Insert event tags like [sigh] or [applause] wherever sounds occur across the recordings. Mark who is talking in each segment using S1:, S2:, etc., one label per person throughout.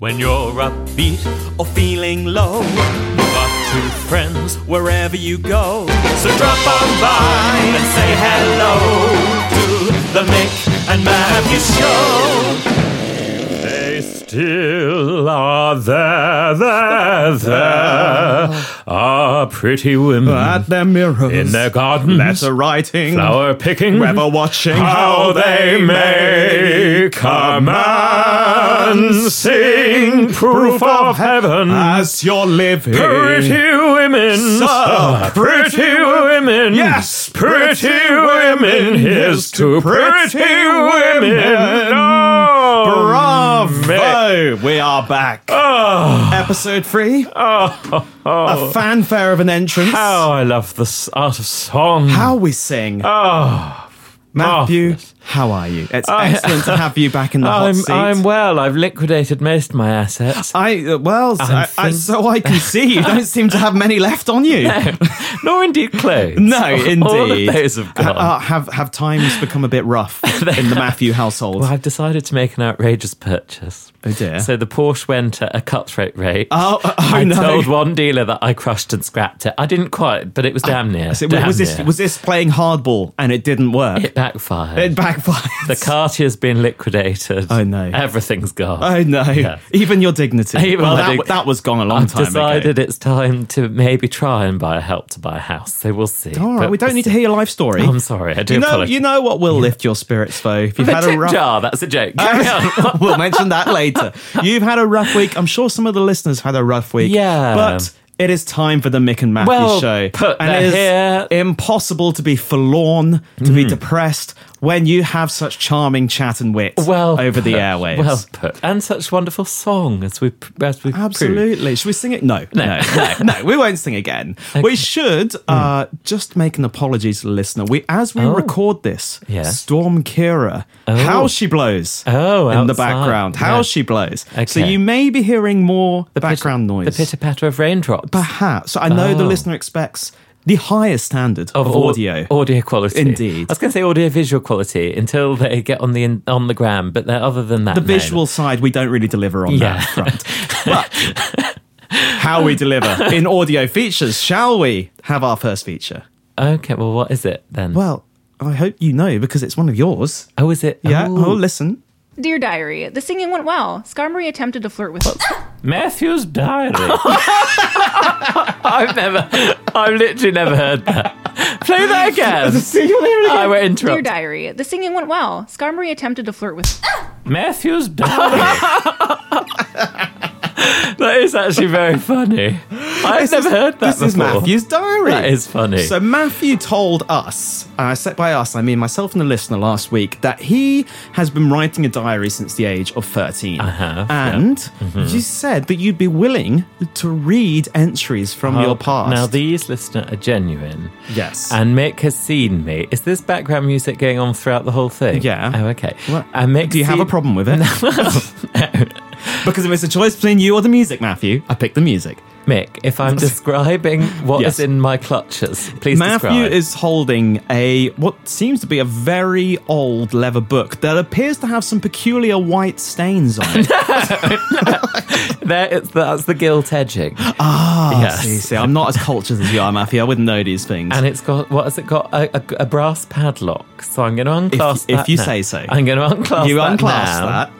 S1: When you're upbeat or feeling low, move up to friends wherever you go. So drop on by and say hello to the Mick and Matthew Show. They still are there, there, there are pretty women
S2: at their mirrors,
S1: in their gardens,
S2: letter writing,
S1: flower picking,
S2: ever watching
S1: how they make a man sing proof of heaven.
S2: as you're living.
S1: Pretty women,
S2: So
S1: pretty women,
S2: Yes,
S1: pretty
S2: pretty
S1: women.
S2: women.
S1: Here's to pretty women.
S2: women.
S1: Oh,
S2: Bravo! We are back.
S1: Oh,
S2: Episode three.
S1: oh,
S2: A fanfare of an entrance.
S1: how Oh, I love the s- art of song.
S2: How we sing.
S1: Oh.
S2: Matthew,
S1: marvellous.
S2: how are you? It's excellent to have you back in the hot
S1: Oh, I'm,
S2: seat.
S1: I'm well. I've liquidated most of my assets.
S2: I uh, well,
S1: I'm
S2: I, I,
S1: think-
S2: so I can see you don't seem to have many left on you.
S1: [laughs] Nor indeed clothes.
S2: Oh. No,
S1: All
S2: indeed.
S1: of those have
S2: Ha-
S1: gone.
S2: uh, have have times become a
S1: [laughs]
S2: bit rough in the Matthew household?
S1: Well, I've decided to make an outrageous purchase.
S2: Oh dear.
S1: So the Porsche went at a cutthroat rate.
S2: oh, [laughs] oh,
S1: I
S2: no.
S1: told one dealer that I crushed and scrapped it. I didn't quite, but it was damn near.
S2: Ah, So
S1: damn
S2: was this
S1: near.
S2: was this playing hardball and it didn't work?
S1: it backfired?
S2: It backfired.
S1: the Cartier's been liquidated.
S2: Oh, no.
S1: Everything's gone.
S2: [laughs] oh no! Even your dignity.
S1: Even
S2: well,
S1: my
S2: that,
S1: dig-
S2: that was gone a long
S1: I've
S2: time
S1: decided
S2: ago.
S1: it's time to maybe try and buy a help to buy a house. So we'll see.
S2: All right,
S1: But
S2: we don't
S1: we'll
S2: need to
S1: see.
S2: hear your life story.
S1: I'm sorry. I do
S2: you know,
S1: apologize.
S2: you know what will lift your spirits though. If you've
S1: The
S2: had a
S1: tip
S2: rough
S1: jar. That's a
S2: [laughs]
S1: joke. Carry on.
S2: we'll mention that later. You've had a rough week. I'm sure some of the listeners had a rough week.
S1: Yeah.
S2: But it is time for the Mick and Matthew
S1: Well
S2: show.
S1: put,
S2: and
S1: they're
S2: it is
S1: here.
S2: impossible to be forlorn, to be
S1: Hmm.
S2: depressed when you have such charming chat and wit
S1: well
S2: over the
S1: put.
S2: airwaves.
S1: [laughs] Well put. And such wonderful song as we as we proved.
S2: Absolutely. Should we sing it? No, no, no, no, We won't sing
S1: [laughs]
S2: again. We should
S1: Hmm.
S2: uh, just make an apology to the listener. We, as we record this,
S1: Oh. Yes.
S2: Storm Kira, how she blows
S1: Oh,
S2: in the
S1: outside.
S2: background, how
S1: Yeah.
S2: she blows. So
S1: Okay.
S2: you may be hearing more the background noise.
S1: The pitter patter of raindrops.
S2: Perhaps. So I know the
S1: Oh.
S2: listener expects the highest standard of,
S1: au-
S2: audio.
S1: audio quality.
S2: Indeed.
S1: I was going to say audio visual quality until they get on the in, on the gram, but then other than that,
S2: the visual side, we don't really deliver on
S1: Yeah.
S2: that
S1: [laughs]
S2: front. But how we deliver in audio features, shall we have our first feature?
S1: Okay, well, what is it then?
S2: Well, I hope you know because it's one of yours.
S1: oh, is it?
S2: Yeah.
S1: Oh,
S2: Oh, listen.
S3: Dear Diary, the singing went well. Scarmory attempted to flirt with.
S1: Matthew's
S2: [laughs]
S1: diary. [laughs] I've never, I've literally never heard that. Play
S2: [laughs]
S1: that again. I won't
S3: Dear
S1: interrupt.
S3: Diary, the singing went well. Scarmory attempted to flirt with.
S1: Matthew's
S2: [laughs]
S1: diary. that is actually very funny. I've never heard that
S2: This is
S1: before.
S2: Matthew's diary.
S1: That is funny.
S2: So Matthew told us, and I said by us, I mean myself and the listener last week, that he has been writing a diary since the age of 13. I
S1: have, Uh-huh. yeah. Mm-hmm.
S2: And you said that you'd be willing to read entries from your past.
S1: Now these listener are genuine.
S2: Yes.
S1: And Mick has seen me. Is this background music going on throughout the whole thing?
S2: Yeah.
S1: Oh, okay.
S2: Well,
S1: and Mick
S2: do you have
S1: seen-
S2: a
S1: [laughs]
S2: problem with it? [laughs] because if it's a choice between you or the music, Matthew, I pick the music.
S1: Mick, if
S2: [laughs]
S1: I'm describing what is
S2: Yes.
S1: in my clutches, please
S2: Matthew
S1: describe.
S2: is holding a what seems to be a very old leather book that appears to have some peculiar white stains on
S1: [laughs]
S2: it.
S1: there, it's, that's the gilt edging.
S2: Ah,
S1: Yes.
S2: see, see, I'm not as cultured as you are, Matthew. I wouldn't know these things.
S1: And it's got, what has it got? A, a, a brass padlock. So I'm going to unclasp
S2: if
S1: that.
S2: you
S1: now.
S2: say so.
S1: I'm going to unclasp
S2: you
S1: that.
S2: unclasp
S1: now.
S2: that.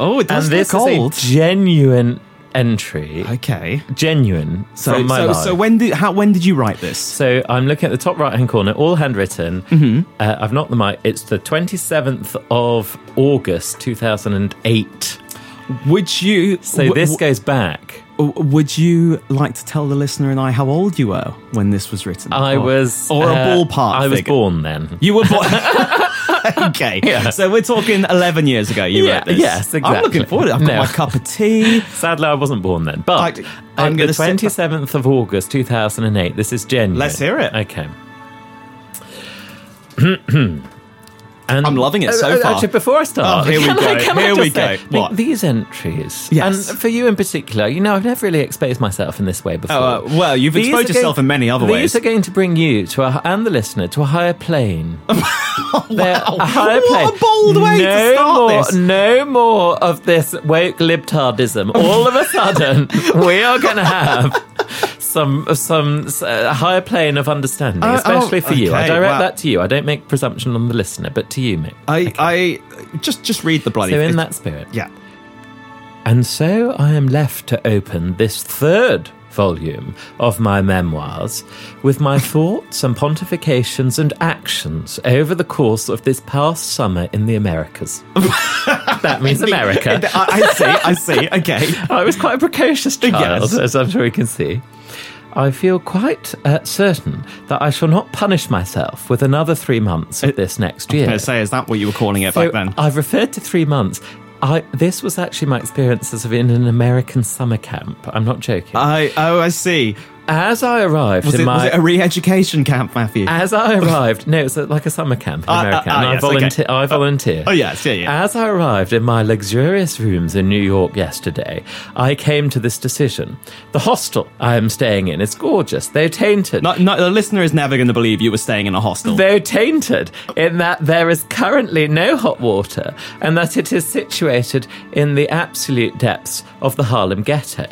S2: Oh, it
S1: And
S2: does
S1: this
S2: look old.
S1: is a genuine entry.
S2: okay.
S1: Genuine.
S2: So,
S1: from my
S2: so,
S1: life.
S2: so when did how when did you write this?
S1: So I'm looking at the top right hand corner, all handwritten. Mm-hmm. Uh, I've not the mic. It's the 27th of August 2008.
S2: Would you
S1: So
S2: w-
S1: this
S2: w-
S1: goes back.
S2: would you like to tell the listener and I how old you were when this was written?
S1: I
S2: Or-
S1: was.
S2: or a
S1: uh,
S2: ballpark.
S1: I was
S2: figure?
S1: born then.
S2: You were born. [laughs] okay. So we're talking 11 years ago you
S1: Yeah,
S2: wrote this.
S1: yes,
S2: I'm looking
S1: exactly.
S2: forward to it. I've got
S1: No.
S2: my cup of tea.
S1: Sadly, I wasn't born then. But
S2: I- I'm
S1: uh, the
S2: gonna sit-
S1: 27th of August 2008. This is genuine.
S2: Let's hear it.
S1: Okay. [clears throat] And
S2: I'm loving it so
S1: Uh, uh,
S2: far.
S1: Actually, before I start,
S2: Oh, here we
S1: can I-
S2: go.
S1: can I
S2: Here
S1: just
S2: we
S1: say,
S2: go.
S1: like,
S2: What?
S1: these entries,
S2: Yes.
S1: and for you in particular, you know, I've never really exposed myself in this way before.
S2: Oh, uh, well, you've
S1: These
S2: exposed
S1: are
S2: yourself
S1: going-
S2: in many other
S1: these
S2: ways.
S1: are going to bring you to a, and the listener to a higher plane. They're
S2: [laughs] Wow.
S1: a higher
S2: What
S1: plane.
S2: a bold way to
S1: no
S2: start
S1: more,
S2: this.
S1: No more of this woke libtardism. All of a
S2: [laughs]
S1: sudden, we are going to have. Some some uh, higher plane of understanding,
S2: Oh,
S1: especially
S2: oh,
S1: for you. I
S2: okay,
S1: direct
S2: wow.
S1: that to you. I don't make presumption on the listener, but to you, Mick.
S2: I, I just just read the bloody.
S1: So in
S2: it's-
S1: that spirit,
S2: [laughs] yeah.
S1: and so I am left to open this third volume of my memoirs with my thoughts and pontifications and actions over the course of this past summer in the Americas. that means America.
S2: I, I see. I see. [laughs] Okay.
S1: I was quite a precocious child,
S2: Yes.
S1: as I'm sure you can see. I feel quite uh, certain that I shall not punish myself with another three months of this next year.
S2: I was gonna say, is that what you were calling it
S1: So
S2: back then?
S1: I've referred to three months. I, this was actually my experiences of in an American summer camp. I'm not joking.
S2: I oh I see.
S1: as I arrived
S2: Was
S1: in
S2: it,
S1: my
S2: was it a re-education camp, Matthew?
S1: [laughs] as I arrived, no, it's like a summer camp in
S2: Ah, ah,
S1: America.
S2: ah,
S1: and I
S2: yes,
S1: volunteer.
S2: okay.
S1: I volunteer.
S2: oh yes, yeah, yeah.
S1: As I arrived in my luxurious rooms in New York yesterday, I came to this decision. The hostel I am staying in is gorgeous, though tainted.
S2: No, no, the listener is never going to believe you were staying in a hostel.
S1: though tainted in that there is currently no hot water and that it is situated in the absolute depths of the Harlem ghetto.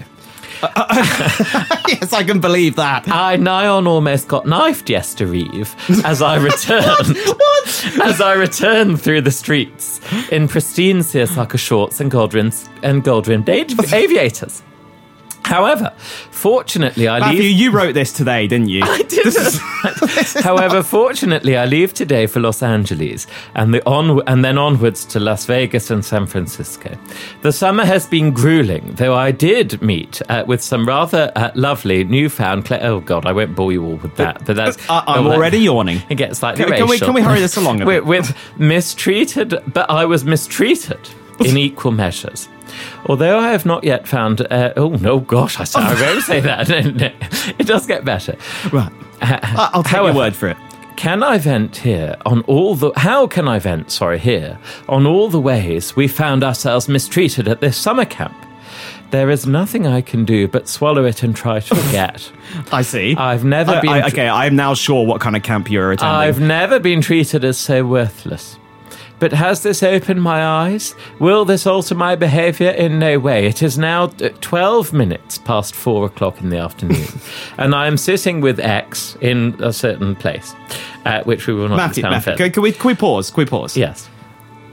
S2: yes, I can believe that.
S1: I nigh on almost got knifed yesterday eve as I returned. As I returned through the streets in pristine seersucker shorts and gold rimmed and gold rimmed avi- aviators. However, fortunately, I
S2: Matthew,
S1: leave.
S2: you wrote this today, didn't [laughs] you? Uh,
S1: I didn't. [laughs] However, fortunately, I leave today for Los Angeles and the on and then onwards to Las Vegas and San Francisco. The summer has been grueling, though I did meet uh, with some rather uh, lovely newfound. Cle- oh God, I won't bore you all with that, but that's
S2: I, Uh, I'm
S1: oh, that-
S2: already yawning.
S1: [laughs] It gets slightly
S2: Can, we- can we
S1: racial.
S2: can we hurry this along? A bit?
S1: with, with mistreated, but I was mistreated
S2: [laughs]
S1: in equal measures. Although I have not yet found, uh, oh no, gosh, I, s- I won't say that. [laughs] No, no. It does get better.
S2: Right. I- I'll take your
S1: However-
S2: word for it.
S1: Can I vent here on all the how can I vent, sorry, here on all the ways we found ourselves mistreated at this summer camp? There is nothing I can do but swallow it and try
S2: [laughs]
S1: to forget.
S2: I see.
S1: I've never
S2: I-
S1: been
S2: I- okay, I'm now sure what kind of camp you're attending.
S1: I've never been treated as so worthless. But has this opened my eyes? Will this alter my behaviour? In no way. It is now uh, 12 minutes past four o'clock in the
S2: [laughs]
S1: afternoon, and I am sitting with X in a certain place, uh, which we will not
S2: Matthew,
S1: sound
S2: Matthew,
S1: fair.
S2: can, can we can we pause? Can we pause?
S1: Yes.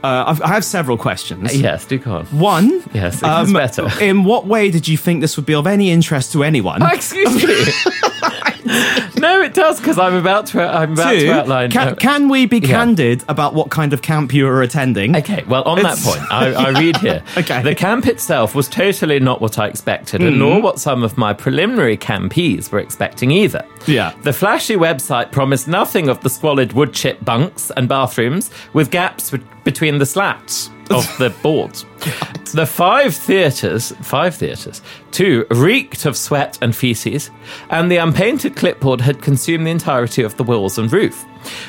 S2: Uh, I've, I have several questions.
S1: Yes, do go on.
S2: One.
S1: Yes, it
S2: Um,
S1: is
S2: [laughs]
S1: better.
S2: In what way did you think this would be of any interest to anyone?
S1: Oh, excuse
S2: [laughs]
S1: me. [laughs] no, it does because I'm about to. I'm about
S2: Two,
S1: to outline.
S2: can,
S1: uh,
S2: can we be candid about what kind of camp you were attending?
S1: Okay, well, on
S2: It's-
S1: that point,
S2: [laughs]
S1: I, I read here.
S2: Okay. Mm.
S1: The camp itself was totally not what I expected, and nor what some of my preliminary campees were expecting either.
S2: Yeah.
S1: The flashy website promised nothing of the squalid wood chip bunks and bathrooms with gaps bet- between the slats of the
S2: [laughs]
S1: boards. The five theatres, five theatres, two reeked of sweat and feces, and the unpainted clipboard had consumed the entirety of the walls and roof.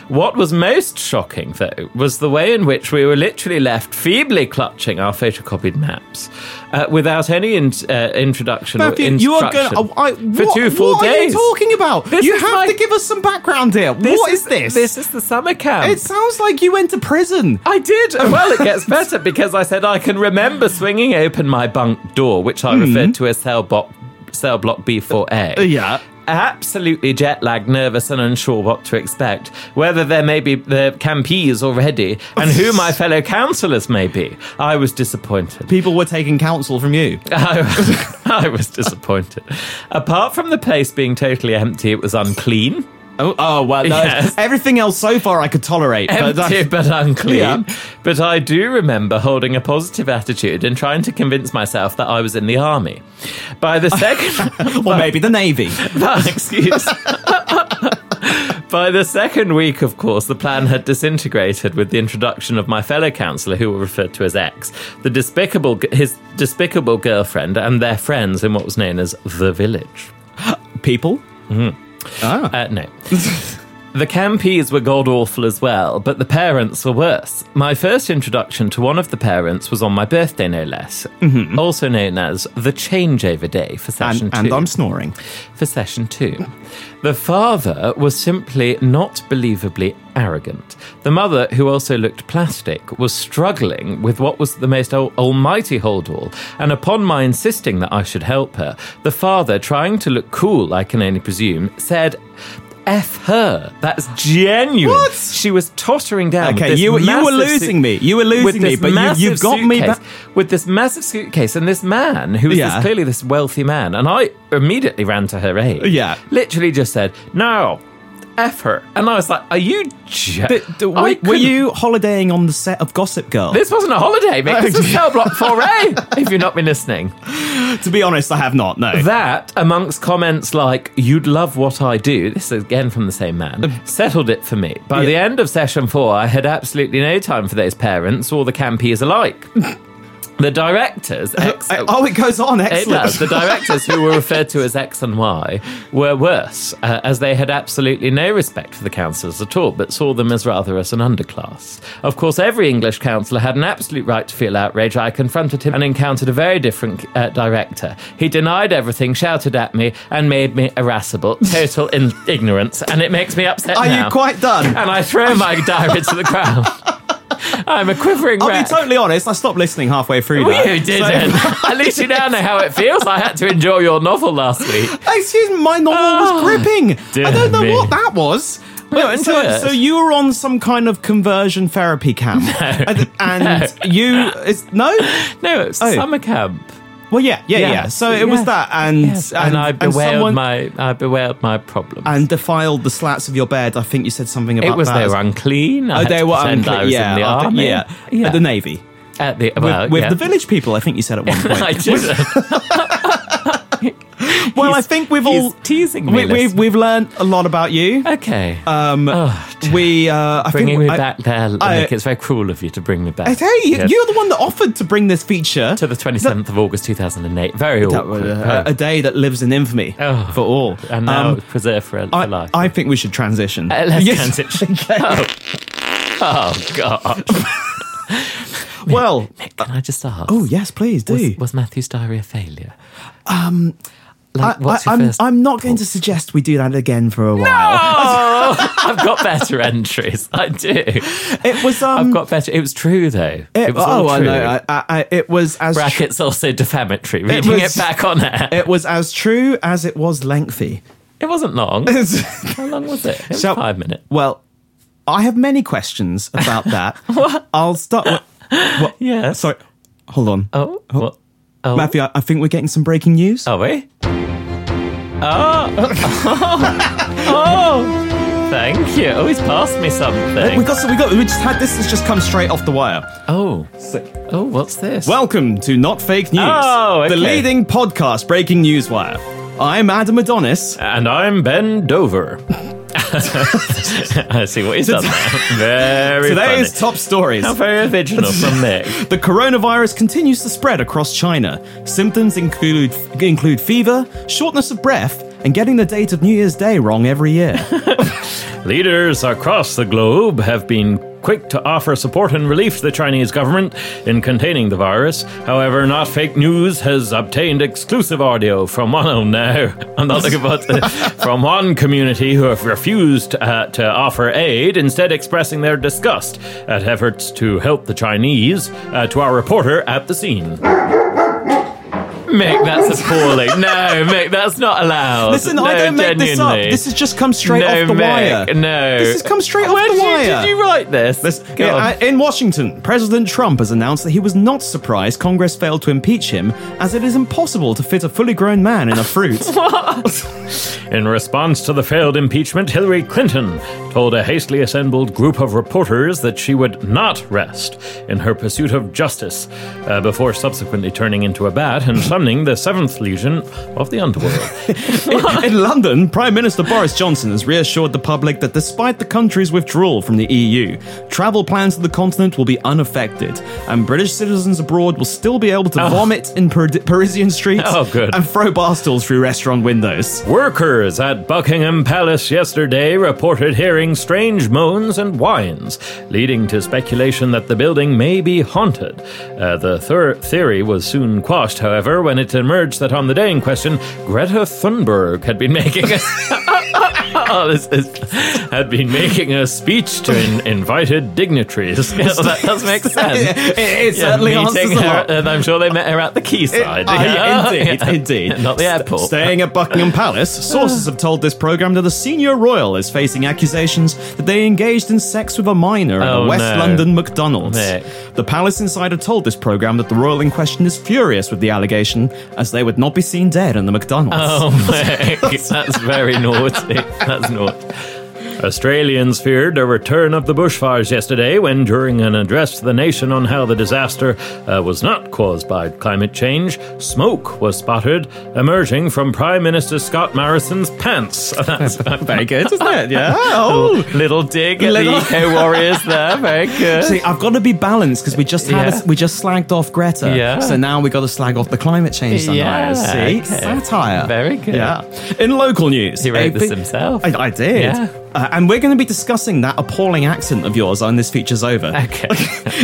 S1: What was most shocking, though, was the way in which we were literally left feebly clutching our photocopied maps uh, without any in- uh, introduction or
S2: Matthew,
S1: instruction
S2: you are going. Oh, I,
S1: for
S2: what,
S1: two full
S2: what
S1: days.
S2: are you talking about?
S1: This
S2: you
S1: is
S2: have
S1: my-
S2: to give us some background here. what is, this?
S1: This is the summer camp.
S2: It sounds like you went to prison.
S1: I did.
S2: [laughs]
S1: Well, it gets better because I said I can remember swinging open my bunk door, which I referred to as cell block, cell block B4A.
S2: Hmm. Uh, Yeah.
S1: Absolutely jet lagged, nervous, and unsure what to expect, whether there may be the campees already and who
S2: [laughs]
S1: my fellow councillors may be. I was disappointed. [laughs]
S2: People were taking counsel from you.
S1: I, I was [laughs] disappointed. Apart from the place being totally empty, it was unclean.
S2: Oh, oh well, no,
S1: Yes.
S2: [laughs] everything else so far I could tolerate. but
S1: empty [laughs]
S2: that's-
S1: but unclean.
S2: Yeah.
S1: But I do remember holding a positive attitude and trying to convince myself that I was in the army. By the second, [laughs]
S2: or maybe the Navy.
S1: that excuse. [laughs] By the second week, of course, the plan had disintegrated with the introduction of my fellow councillor, who were referred to as X, the despicable his despicable girlfriend, and their friends in what was known as the village.
S2: [laughs] People?
S1: Uh, no. The campees were god awful as well, but the parents were worse. My first introduction to one of the parents was on my birthday, no less, also known as the changeover day for session
S2: Mm-hmm. And, and
S1: two
S2: I'm snoring.
S1: for session two. The father was simply not believably arrogant. The mother, who also looked plastic, was struggling with what was the most al- almighty hold all, and upon my insisting that I should help her, the father, trying to look cool, I can only presume, said, F her. That's genuine.
S2: What?
S1: She was tottering down. with
S2: Okay,
S1: this
S2: you were- you were
S1: massive
S2: losing me. You were
S1: with
S2: losing me,
S1: this
S2: but you-
S1: massive
S2: you've got me
S1: suitcase-
S2: back.
S1: With this massive suitcase and this man who is
S2: Yeah.
S1: this clearly this wealthy man. And I immediately ran to her aid.
S2: Yeah.
S1: Literally just said, no, F her. And I was like, are you jo-
S2: D-
S1: I
S2: d- were, were
S1: couldn't-
S2: you holidaying on the set of Gossip Girl?
S1: This wasn't a holiday, mate. This was Cell Block 4A, [laughs] if you've not been listening.
S2: to be honest, I have not. No.
S1: That, amongst comments like, you'd love what I do, this is again from the same man, settled it for me. By the end of session four, I had absolutely no time for those parents or the campies alike. the directors, ex-
S2: oh, it goes on.
S1: It
S2: Excellent.
S1: does. The directors, who were referred to as X and Y, were worse, uh, as they had absolutely no respect for the councillors at all, but saw them as rather as an underclass. Of course, every English councillor had an absolute right to feel outrage. I confronted him and encountered a very different uh, director. He denied everything, shouted at me, and made me irascible. Total in- ignorance, and it makes me upset
S2: Are
S1: now.
S2: you quite done?
S1: And I throw my diary to the
S2: [laughs]
S1: ground. I'm a quivering
S2: I'll
S1: wreck.
S2: be totally honest. I stopped listening halfway through.
S1: Well,
S2: that.
S1: Oh, you didn't. [laughs] At least you now know how it feels. I had to enjoy your novel last week.
S2: So- excuse me, my novel
S1: Oh,
S2: was gripping.
S1: dear
S2: I don't know
S1: me.
S2: what that was. Well,
S1: enjoy
S2: so,
S1: it.
S2: so you were on some kind of conversion
S1: [laughs]
S2: therapy camp, and, and you it's, no,
S1: No, it's
S2: Oh.
S1: summer camp.
S2: well, yeah, yeah, yeah.
S1: Yeah.
S2: So it was
S1: Yeah.
S2: that, and
S1: and, I bewailed
S2: someone-
S1: my I bewailed my problems.
S2: and defiled the slats of your bed. I think you said something about
S1: it was
S2: that.
S1: they were unclean. I
S2: Oh,
S1: had
S2: they
S1: to
S2: were
S1: pretend
S2: unclear.
S1: I was
S2: yeah,
S1: in the
S2: I think-
S1: army.
S2: yeah,
S1: yeah.
S2: at the navy
S1: At the-
S2: with,
S1: well,
S2: with
S1: yeah. [laughs]
S2: the village people. I think you said at one point.
S1: I didn't.
S2: well, I
S1: He's-
S2: think we've
S1: he's
S2: all
S1: teasing
S2: we,
S1: me.
S2: we,
S1: listen.
S2: we've learned a lot about you.
S1: okay.
S2: Um,
S1: Oh, dear.
S2: we uh, I
S1: bringing
S2: think
S1: me
S2: I-
S1: back there, Nick.
S2: I-
S1: it's very cruel of you to bring me back.
S2: I tell you,
S1: Yeah.
S2: you're the one that offered to bring this feature
S1: to the twenty seventh of August two thousand and eight. Very
S2: That was uh,
S1: awkward.
S2: a, a day that lives in infamy
S1: Oh.
S2: for all.
S1: and now
S2: Um,
S1: preserved for, for
S2: I,
S1: life.
S2: I think we should transition.
S1: Uh, let's
S2: Yes.
S1: transition.
S2: [laughs] Okay.
S1: Oh God!
S2: Well,
S1: Nick, can I just ask?
S2: oh yes, please do.
S1: was, was Matthew's diary a failure? Um, like,
S2: I,
S1: what's your
S2: am
S1: first?
S2: I'm not going to suggest we do that again for a while.
S1: oh, [laughs] I've got better entries. I do.
S2: It was um.
S1: I've got better. It was true though. It,
S2: it-
S1: was
S2: oh,
S1: all
S2: I
S1: true.
S2: know. I, I, I, it was as tr-
S1: Brackets also defamatory. Reading it,
S2: was-
S1: back on air. It,
S2: [laughs] it was as true as it
S1: [laughs]
S2: was lengthy.
S1: wasn't long. How long was it? It was
S2: So-
S1: five minutes.
S2: well, I have many questions about
S1: [laughs]
S2: that. what? I'll start. With, what?
S1: Yeah.
S2: Sorry. Hold on.
S1: Oh. What? Oh.
S2: Matthew, I, I think we're getting some breaking news.
S1: Are we? Oh. [laughs]
S2: [laughs]
S1: oh. Thank you. Always pass me
S2: We
S1: something.
S2: got so we got we just had this has just come straight off the wire.
S1: Oh. Oh. What's this?
S2: Welcome to Not Fake News,
S1: Oh, okay.
S2: the leading podcast breaking news wire. I'm Adam Adonis.
S1: And I'm Ben Dover. [laughs] I see what [laughs] he's done there. Very
S2: Today's
S1: funny.
S2: top stories.
S1: How very original [laughs] from Nick.
S2: The coronavirus continues to spread across China. Symptoms include include fever, shortness of breath, and getting the date of New Year's Day wrong
S1: [laughs]
S2: every year.
S1: Leaders across the globe have been quick to offer support and relief to the Chinese government in containing the virus. However, Not Fake News has obtained exclusive audio from one, oh no, [laughs] I'm not looking forward to
S2: [laughs]
S1: from one community who have refused uh, to offer aid, instead expressing their disgust at efforts to help the Chinese uh, to our reporter at the scene. Mick, that's appalling. No, Mick, that's not allowed.
S2: Listen,
S1: No,
S2: I don't make this up.
S1: genuinely.
S2: This has just come straight
S1: No,
S2: off the
S1: Mick,
S2: wire.
S1: no.
S2: This has come straight
S1: Where
S2: off the
S1: did
S2: wire.
S1: you, did you write this?
S2: This-
S1: Go
S2: yeah,
S1: on.
S2: uh, in Washington, President Trump has announced that he was not surprised Congress failed to impeach him, as it is impossible to fit a fully grown man in
S1: [laughs]
S2: a fruit.
S1: In response to the failed impeachment, Hillary Clinton told a hastily assembled group of reporters that she would not rest in her pursuit of justice uh, before subsequently turning into a bat and some summoning the seventh legion of the underworld.
S2: In London, Prime Minister Boris Johnson has reassured the public that despite the country's withdrawal from the EU, travel plans to the continent will be unaffected, and British citizens abroad will still be able to vomit in Par- Parisian streets
S1: Oh, good.
S2: and throw bar stools through restaurant windows.
S1: Workers at Buckingham Palace yesterday reported hearing strange moans and whines, leading to speculation that the building may be haunted. Uh, the thir- theory was soon quashed, however, when it emerged that on the day in question, Greta Thunberg had been making a, [laughs] Oh, this is- had been making a speech to in- invited dignitaries. [laughs] So that does make sense.
S2: [laughs] it it
S1: Yeah,
S2: certainly answers
S1: meeting
S2: a
S1: her,
S2: lot.
S1: and I'm sure they met her at the quayside.
S2: Ah, [laughs] yeah,
S1: Yeah. [laughs]
S2: indeed, indeed.
S1: Not the
S2: St-
S1: airport.
S2: staying at Buckingham Palace, sources have told this program that the senior royal is facing accusations that they engaged in sex with a minor at
S1: Oh,
S2: a West
S1: no.
S2: London McDonald's.
S1: Mick.
S2: The palace insider told this program that the royal in question is furious with the allegation, as they would not be seen dead in the McDonald's.
S1: Oh, Mick, that's very naughty. That's naughty. Australians feared a return of the bushfires yesterday when, during an address to the nation on how the disaster uh, was not caused by climate change, smoke was spotted emerging from Prime Minister Scott Morrison's pants. [laughs] That's
S2: [laughs] Very good, isn't it? Yeah. Oh.
S1: little dig at the
S2: Little-
S1: eco warriors there.
S2: [laughs]
S1: Very good.
S2: See, I've got to be balanced because we just had
S1: Yeah.
S2: a, we just slagged off Greta,
S1: Yeah.
S2: so now we got to slag off the climate change.
S1: Yeah,
S2: sunrise. see,
S1: okay.
S2: satire.
S1: Very good.
S2: Yeah. In local news,
S1: He wrote
S2: a
S1: this
S2: big-
S1: himself.
S2: I, I did.
S1: Yeah.
S2: Uh, and we're going to be discussing that appalling accent of yours when this
S1: [laughs]
S2: feature's over.
S1: Okay.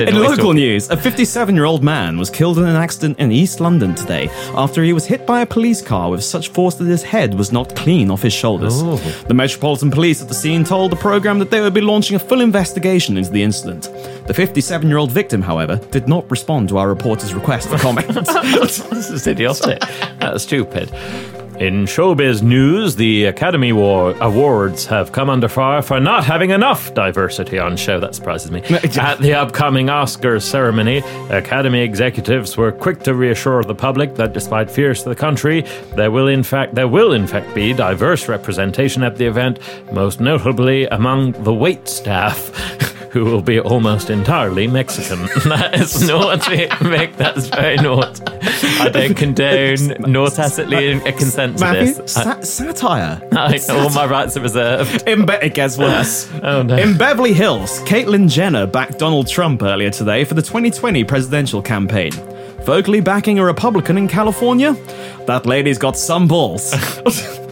S2: In local news, a 57 year old man was killed in an accident in East London today after he was hit by a police car with such force that his head was knocked clean off his shoulders.
S1: Ooh.
S2: The Metropolitan Police at the scene told the programme that they would be launching a full investigation into the incident. The 57 year old victim, however, did not respond to our reporter's request
S1: [laughs]
S2: for comment.
S1: this is idiotic. That's stupid. In showbiz news, the Academy War Awards have come under fire for not having enough diversity on show. That surprises me. Uh, At the upcoming Oscars ceremony, Academy executives were quick to reassure the public that despite fears to the country, there will in fact there will in fact be diverse representation at the event, most notably among the wait staff. [laughs] who will be almost entirely Mexican. [laughs] that is naughty, [laughs] Mick. That's very naughty. I don't condone, nor
S2: [laughs]
S1: tacitly consent to
S2: Matthew,
S1: this. I,
S2: sa- satire.
S1: I- all my rights are reserved.
S2: In Be- it gets worse.
S1: [laughs] Oh, no.
S2: In Beverly Hills, Caitlyn Jenner backed Donald Trump earlier today for the 2020 presidential campaign. Vocally backing a Republican in California? That lady's got some
S1: [laughs]
S2: balls.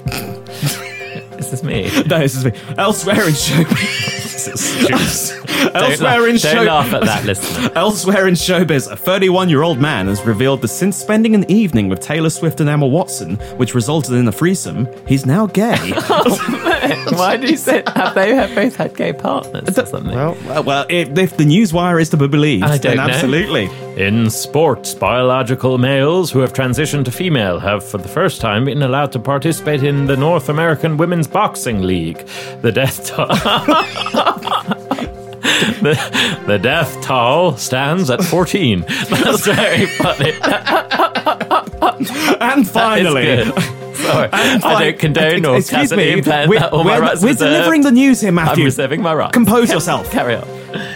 S2: [laughs]
S1: This is me.
S2: no, this is me. Elsewhere in show. Elsewhere
S1: [laughs] Don't, laugh,
S2: in
S1: don't
S2: show.
S1: laugh at that, listener.
S2: Elsewhere in showbiz, a 31 year old man has revealed that since spending an evening with Taylor Swift and Emma Watson, which resulted in a threesome, he's
S1: [laughs]
S2: now gay.
S1: Why do you say have they have both had gay partners or something?
S2: well, well if, if the newswire is to be believed,
S1: I don't
S2: then
S1: know.
S2: absolutely.
S1: In sports, biological males who have transitioned to female have, for the first time, been allowed to participate in the North American Women's Boxing League. The death toll. [laughs] the, the death toll stands at 14. [laughs] That's very funny.
S2: And [laughs] finally,
S1: It's good. Sorry, I don't condone or
S2: Excuse
S1: tacitly
S2: me.
S1: implant
S2: we're
S1: that. All my
S2: we're-
S1: rights
S2: we're
S1: reserved.
S2: delivering the news here,
S1: I'm
S2: Matthew.
S1: reserving my rights.
S2: Compose yourself.
S1: [laughs] Carry on.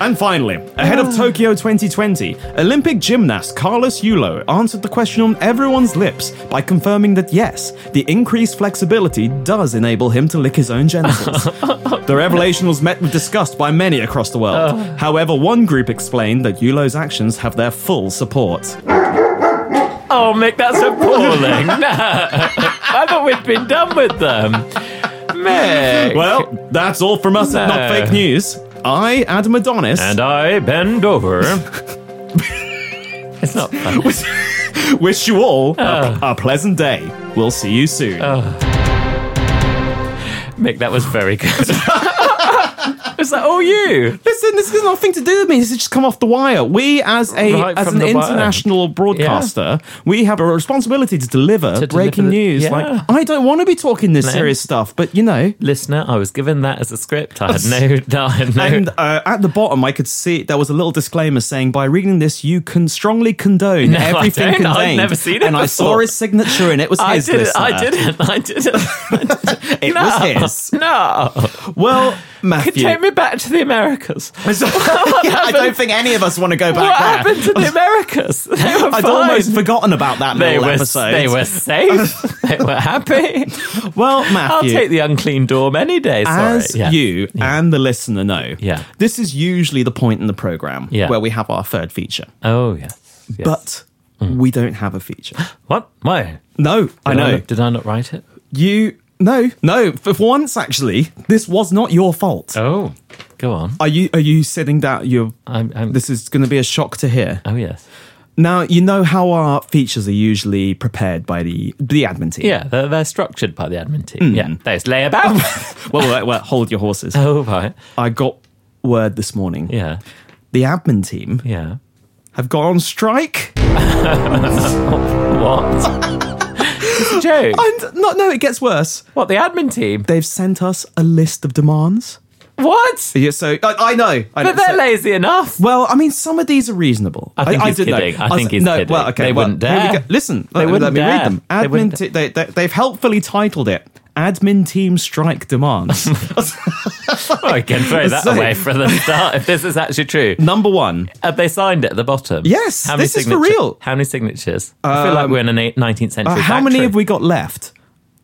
S2: and finally,
S1: [laughs]
S2: ahead of Tokyo 2020, Olympic gymnast Carlos Yulo answered the question on everyone's lips by confirming that yes, the increased flexibility does enable him to lick his
S1: [laughs]
S2: own genitals. the revelation was met with disgust by many across the world.
S1: Oh.
S2: However, one group explained that Yulo's actions have their full support.
S1: Oh, Mick, that's appalling. No. [laughs] I thought we'd been done with them. Mick.
S2: Well, that's all from us at Not
S1: No.
S2: Fake News. I, Adam Adonis,
S1: and I bend over. it's not fun.
S2: wish you all a,
S1: Ah.
S2: a pleasant day. We'll see you soon.
S1: Mick, that was very [laughs] good. was that all you?
S2: Listen, this has nothing to do with me. This has just come off the wire. We, as a
S1: Right
S2: as
S1: from
S2: an
S1: the wire.
S2: international broadcaster, we have a responsibility to deliver
S1: To
S2: breaking
S1: deliver the-
S2: news.
S1: yeah.
S2: Like, I don't want to be talking this
S1: No.
S2: serious stuff, but you know.
S1: Listener, I was given that as a script. I had no, I had no
S2: And uh, at the bottom, I could see there was a little disclaimer saying, "By reading this, you can strongly condone
S1: No, I
S2: everything
S1: don't. I've
S2: contained."
S1: never seen it
S2: And I saw
S1: before.
S2: his signature, and it
S1: [laughs]
S2: was
S1: I
S2: his.
S1: didn't, I [laughs]
S2: listener.
S1: didn't. I didn't. I didn't.
S2: It
S1: no.
S2: was his.
S1: No.
S2: Well,
S1: [laughs] Could
S2: Matthew.
S1: take me back to the Americas.
S2: So- [laughs] Yeah, I don't
S1: happened?
S2: think any of us want to go
S1: What
S2: back there.
S1: happened to the [laughs] Americas? They were
S2: I'd
S1: fine.
S2: almost forgotten about that
S1: they
S2: little
S1: were,
S2: episode.
S1: they were safe. [laughs] they were happy.
S2: Well, Matthew,
S1: I'll take the unclean dorm any day. Sorry.
S2: as
S1: Yeah.
S2: you and the listener know,
S1: Yeah.
S2: this is usually the point in the program
S1: Yeah.
S2: where we have our third feature.
S1: Oh yes. yes.
S2: But we don't have
S1: [gasps]
S2: a feature.
S1: what? Why?
S2: No, I
S1: Did
S2: know.
S1: not- Did I not write it?
S2: You no, no. For for once, actually, this was not your fault.
S1: Oh, go on.
S2: Are you are you sitting down? You.
S1: I'm. I'm
S2: This is going to be a shock to hear.
S1: oh yes.
S2: Now you know how our features are usually prepared by the the admin team.
S1: Yeah, they're, they're structured by the admin team. Yeah, there's layabout.
S2: Well, wait, wait, hold your
S1: [laughs]
S2: horses.
S1: oh right.
S2: I got word this morning.
S1: Yeah.
S2: The admin team
S1: Yeah.
S2: have gone on strike.
S1: [laughs] What? it's a joke.
S2: And no, no, it gets worse.
S1: What the admin team?
S2: They've sent us a list of demands.
S1: What?
S2: Yeah, so I, I know. I know
S1: But they're
S2: so-
S1: lazy enough.
S2: Well, I mean, some of these are reasonable.
S1: I think he's
S2: did know.
S1: kidding. I
S2: was-
S1: think he's
S2: no,
S1: kidding.
S2: Well, okay,
S1: They
S2: well,
S1: wouldn't
S2: here we
S1: dare.
S2: go. Listen,
S1: They
S2: let, me- let
S1: wouldn't
S2: me read
S1: dare.
S2: them.
S1: They wouldn't
S2: Admin, te- they, they, they've helpfully titled it "Admin Team
S1: [laughs]
S2: Strike Demands."
S1: Oh, [laughs] I can throw that
S2: So-
S1: away from the start if this is actually true.
S2: Number one,
S1: Have they signed it at the bottom?
S2: Yes, this is for
S1: signatures-
S2: real.
S1: How many signatures? I feel like we're in a na- 19th century.
S2: uh, how many have
S1: factory.
S2: we got left?
S1: [laughs]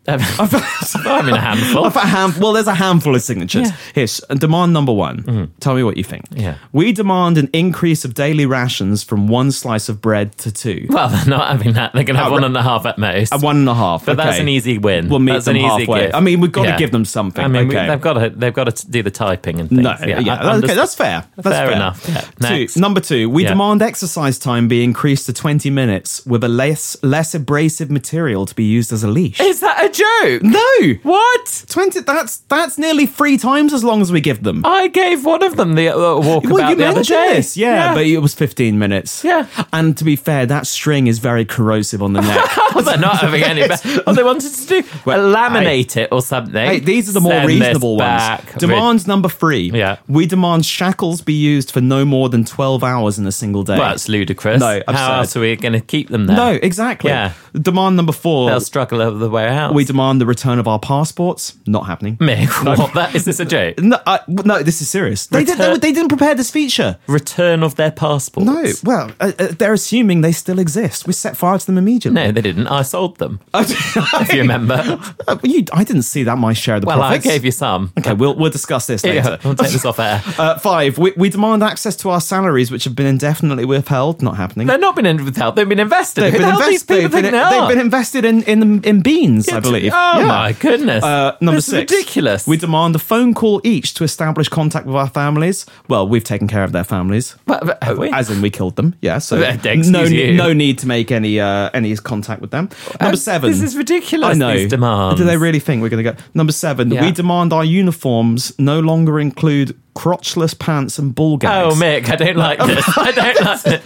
S1: Um,
S2: [laughs]
S1: I'm in a handful.
S2: Of Oh, a hand, well, there's a handful of signatures.
S1: Yeah. Mm-hmm.
S2: Here, s- demand number one. Tell me what you think.
S1: Yeah.
S2: We demand an increase of daily rations from one slice of bread to two.
S1: well, they're not having that. They're going to have
S2: Oh,
S1: one
S2: right.
S1: and a half at most.
S2: One and a half.
S1: but that's
S2: okay.
S1: an easy win.
S2: We'll meet
S1: that's
S2: them
S1: an easy
S2: halfway.
S1: gift.
S2: I mean, we've got to
S1: Yeah.
S2: give them something.
S1: I mean, we-
S2: okay.
S1: they've got to they've got to do the typing and things.
S2: No, yeah,
S1: I- I
S2: that's, okay,
S1: understand.
S2: that's fair. That's
S1: Fair enough, yeah.
S2: Two-
S1: Next.
S2: number two, we
S1: Yeah.
S2: demand exercise time be increased to 20 minutes with a less less abrasive material to be used as a leash.
S1: Is that a joke?
S2: no,
S1: What?
S2: 20. That's that's nearly three times as long as we give them.
S1: I gave one of them the uh, walk
S2: well,
S1: about
S2: you
S1: the other
S2: mentioned
S1: day.
S2: this, yeah, but it was 15 minutes.
S1: Yeah.
S2: and to be fair, that string is very corrosive on the neck.
S1: [laughs] Well, they're not having any. Ba- oh, they wanted to do
S2: Well,
S1: laminate it or something.
S2: Hey, these are the more
S1: Send this
S2: reasonable ones.
S1: back.
S2: Demand number three.
S1: Yeah.
S2: We demand shackles be used for no more than 12 hours in a single day.
S1: Well, it's ludicrous.
S2: No,
S1: how else
S2: absurd.
S1: are we going to keep them there?
S2: No, exactly.
S1: Yeah.
S2: Demand number 4
S1: they'll struggle over the way out. [laughs]
S2: we demand the return of our passports. Not happening. [laughs]
S1: Mick, what? That is this a joke?
S2: No, I, no this is serious. They, did, they,
S1: Return-
S2: they didn't prepare this feature.
S1: Return of their passports?
S2: No, well, uh, uh, they're assuming they still exist. We set fire to them immediately.
S1: no, they didn't. I sold them. If you
S2: I,
S1: remember.
S2: [laughs] you, I didn't see that my share of the
S1: Well, I
S2: profits.
S1: gave you
S2: [laughs]
S1: some.
S2: Okay, we'll, we'll discuss this
S1: Yeah,
S2: later.
S1: we'll take this off air.
S2: [laughs] Uh, five, we, we demand access to our salaries, which have been indefinitely withheld. Not happening.
S1: They've not been in withheld. They've been invested.
S2: They've
S1: Who
S2: been,
S1: the hell do
S2: invest-
S1: these people
S2: they've,
S1: think
S2: been,
S1: they
S2: they've
S1: are?
S2: been invested in, in, in beans, I believe.
S1: Oh
S2: Yeah.
S1: my goodness.
S2: Uh, number
S1: This is
S2: six.
S1: ridiculous.
S2: We demand a phone call each to establish contact with our families. Well, we've taken care of their families.
S1: But- but have we?
S2: As in, we killed them.
S1: [laughs]
S2: Yeah, so
S1: Excuse
S2: no,
S1: you.
S2: no need to make any uh, any contact with them. Number
S1: Um,
S2: seven.
S1: This is ridiculous.
S2: I know.
S1: These demands.
S2: Do they really think we're going to go? Number seven.
S1: Yeah.
S2: We demand our uniforms no longer include crotchless pants and ball
S1: Oh,
S2: gags.
S1: Mick, I don't like this.
S2: [laughs]
S1: I don't like it.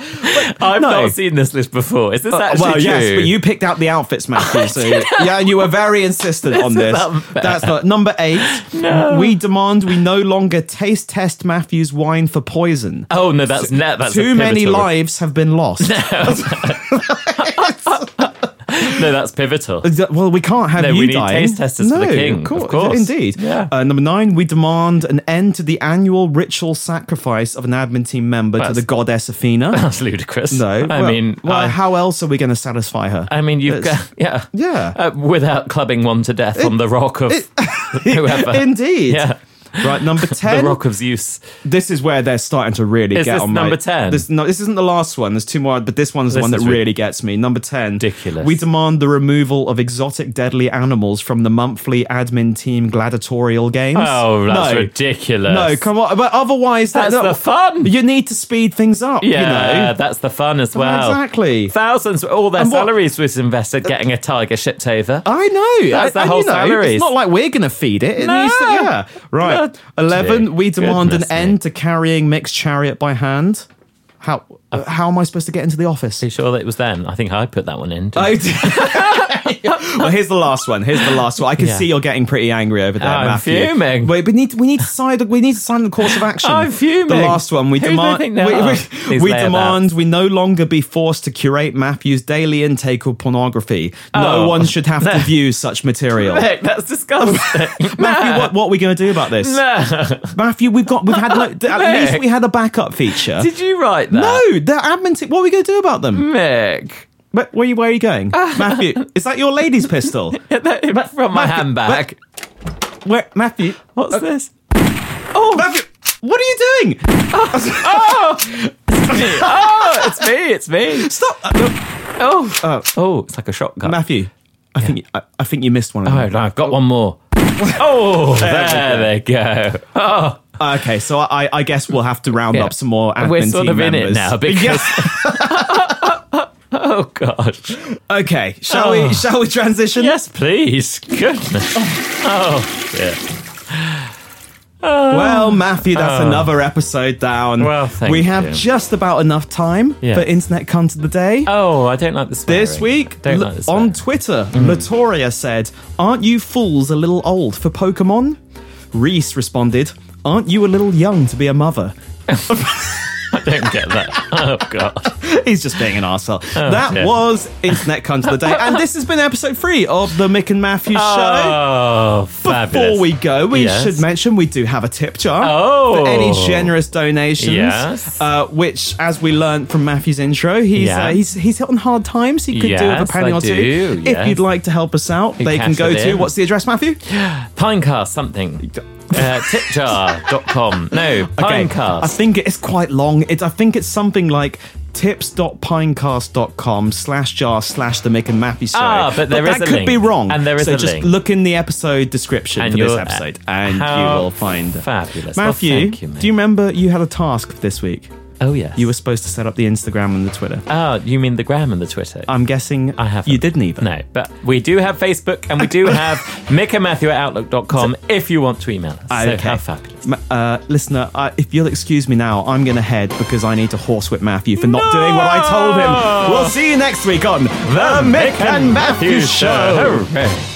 S1: I've
S2: No. Uh,
S1: not seen this list before. Is this actually
S2: well,
S1: true?
S2: yes, but you picked out the
S1: [laughs]
S2: outfits, Matthew. So [laughs] yeah, and you were very insistent on
S1: This is
S2: this.
S1: unfair.
S2: That's not number eight.
S1: No.
S2: We demand we no longer taste test Matthew's wine for poison.
S1: Oh no, that's net. That's a
S2: Too many
S1: pivotal-
S2: lives have been lost.
S1: [laughs] No, that's pivotal.
S2: well, we can't have
S1: No,
S2: you
S1: we need
S2: dying.
S1: taste testers for
S2: no,
S1: the king,
S2: Of course,
S1: of course.
S2: indeed.
S1: Yeah.
S2: Uh, number nine, we demand an end to the annual ritual sacrifice of an admin team member to
S1: That's-
S2: the
S1: [laughs]
S2: goddess Athena.
S1: That's ludicrous.
S2: no,
S1: I
S2: well-
S1: mean,
S2: well,
S1: I,
S2: how else are we going to satisfy her? [laughs]
S1: I mean, you've got [laughs] yeah,
S2: Yeah.
S1: uh, without clubbing one to death on the rock of whoever.
S2: indeed.
S1: Yeah,
S2: Right, number
S1: [laughs]
S2: ten.
S1: the rock of Zeus.
S2: this is where they're starting to really
S1: Is
S2: get
S1: this
S2: on my-
S1: number 10?
S2: This, no, this isn't the last one. There's two more, but this one's
S1: This
S2: the one that
S1: is ri-
S2: really gets me. Number 10.
S1: Ridiculous.
S2: We demand the removal of exotic deadly animals from the monthly admin team gladiatorial games.
S1: Oh, that's
S2: no.
S1: ridiculous.
S2: No, come on. But otherwise, that-
S1: That's
S2: that-
S1: the fun.
S2: You need to speed things up,
S1: yeah,
S2: you know.
S1: that's the fun as well.
S2: Exactly.
S1: Thousands, all their
S2: And what- Uh, Oh,
S1: salaries was invested getting a tiger shipped over.
S2: I know.
S1: That's the
S2: I- I-
S1: whole
S2: you know,
S1: salaries.
S2: It's not like we're going to feed it. It
S1: No.
S2: needs to, yeah. Right.
S1: Bloody
S2: 11. We demand an
S1: goodness me.
S2: end to carrying mixed chariot by hand. How, how am I supposed to get into the office?
S1: Pretty sure that it was then. I think I put that one in. didn't I?
S2: I
S1: [laughs]
S2: well, here's the last one. Here's the last one. I can
S1: Yeah.
S2: see you're getting pretty angry over there,
S1: I'm
S2: Matthew.
S1: fuming.
S2: Wait, we need we need to decide. We need to sign the
S1: [laughs]
S2: course of action.
S1: I'm fuming.
S2: The last one. We
S1: Who do they
S2: demand.
S1: think they
S2: we-
S1: are?
S2: we,
S1: These
S2: [laughs] we
S1: layer
S2: demand we no longer be forced to curate Matthew's daily intake of pornography. No
S1: Oh.
S2: one should
S1: [laughs]
S2: have to
S1: No.
S2: view
S1: [laughs]
S2: such material.
S1: Look, that's disgusting.
S2: Matthew, what, what are we going to do about this?
S1: no.
S2: Matthew, we've got
S1: [laughs]
S2: we've had lo- at least
S1: Nick.
S2: we had a backup feature.
S1: [laughs] Did you write that?
S2: no, the admin. T- what are we going to do about them?
S1: Mick.
S2: Where, where, are you, where are you
S1: [laughs]
S2: going, Matthew? Is that your lady's pistol?
S1: From my handbag.
S2: Where, Matthew? uh,
S1: What's this?
S2: Matthew, what are you doing?
S1: oh, it's me. It's me.
S2: Stop, Uh, no,
S1: Oh. Oh, it's like a shotgun.
S2: Matthew. I think I, I think you missed one. Of
S1: Oh,
S2: them.
S1: no, I've got one more. Oh, there they go. Oh,
S2: Okay, so I, I guess we'll have to round
S1: Yeah.
S2: up some more admin
S1: we're sort
S2: team
S1: of in
S2: members.
S1: it now because.
S2: Yeah. [laughs]
S1: oh gosh.
S2: Okay, shall
S1: Oh.
S2: we shall we transition?
S1: Yes, please. Goodness. Oh, Um, yeah.
S2: Well, Matthew, that's another episode down.
S1: Oh. Well, thank
S2: we have
S1: you.
S2: just about enough time
S1: Yeah.
S2: for internet cunt of the day.
S1: Oh, I don't like this.
S2: This week,
S1: don't
S2: L-
S1: like this.
S2: on Twitter, Latoria said, Aren't you fools a little old for Pokemon? Reese responded, Aren't you a little young to be a mother? [laughs]
S1: I don't get that. Oh god.
S2: He's just being an arsehole.
S1: Oh,
S2: that
S1: yeah.
S2: was Internet Cunt of the Day. And this has been episode three of the Mick
S1: [laughs]
S2: and Matthew show.
S1: Oh, fabulous.
S2: Before we go, we
S1: Yes.
S2: should mention we do have a tip jar
S1: Oh.
S2: for any generous donations.
S1: Yes.
S2: Uh, which, as we learned from Matthew's intro, he's
S1: Yeah.
S2: uh, he's he's hitting hard times. He could do with a
S1: Yes,
S2: penny
S1: I
S2: or two.
S1: do,
S2: If
S1: yes.
S2: you'd like to help us out,
S1: You
S2: they can
S1: cash
S2: go
S1: it
S2: to
S1: in.
S2: what's the address, Matthew?
S1: Pinecast
S2: [laughs]
S1: something. Uh, tipjar.com. No,
S2: Okay.
S1: Pinecast.
S2: I think it's quite long. It's I think it's something like tips.pinecast.com slash jar slash the Mick and Matthew show.
S1: Ah, but there is
S2: that
S1: a
S2: could
S1: link.
S2: be wrong.
S1: And there is
S2: so
S1: a
S2: just
S1: link.
S2: look in the episode description
S1: And
S2: for this
S1: you'll- uh,
S2: episode and you
S1: How
S2: will find
S1: fabulous. Well,
S2: Matthew,
S1: thank you, mate.
S2: do you remember you had a task for this week?
S1: oh yes.
S2: You were supposed to set up the Instagram and the Twitter.
S1: Oh, you mean the gram and the Twitter?
S2: I'm guessing
S1: I haven't.
S2: you didn't either.
S1: No, but we do have Facebook and we
S2: [laughs]
S1: do have Mick and Matthew at outlook.com if you want to email us. So how fabulous.
S2: Ma- Uh, listener, uh, if you'll excuse me now, I'm going to head because I need to horsewhip Matthew for not
S1: No!
S2: doing what I told him. We'll see you next week on The Mick and Matthew Show.
S1: Hooray.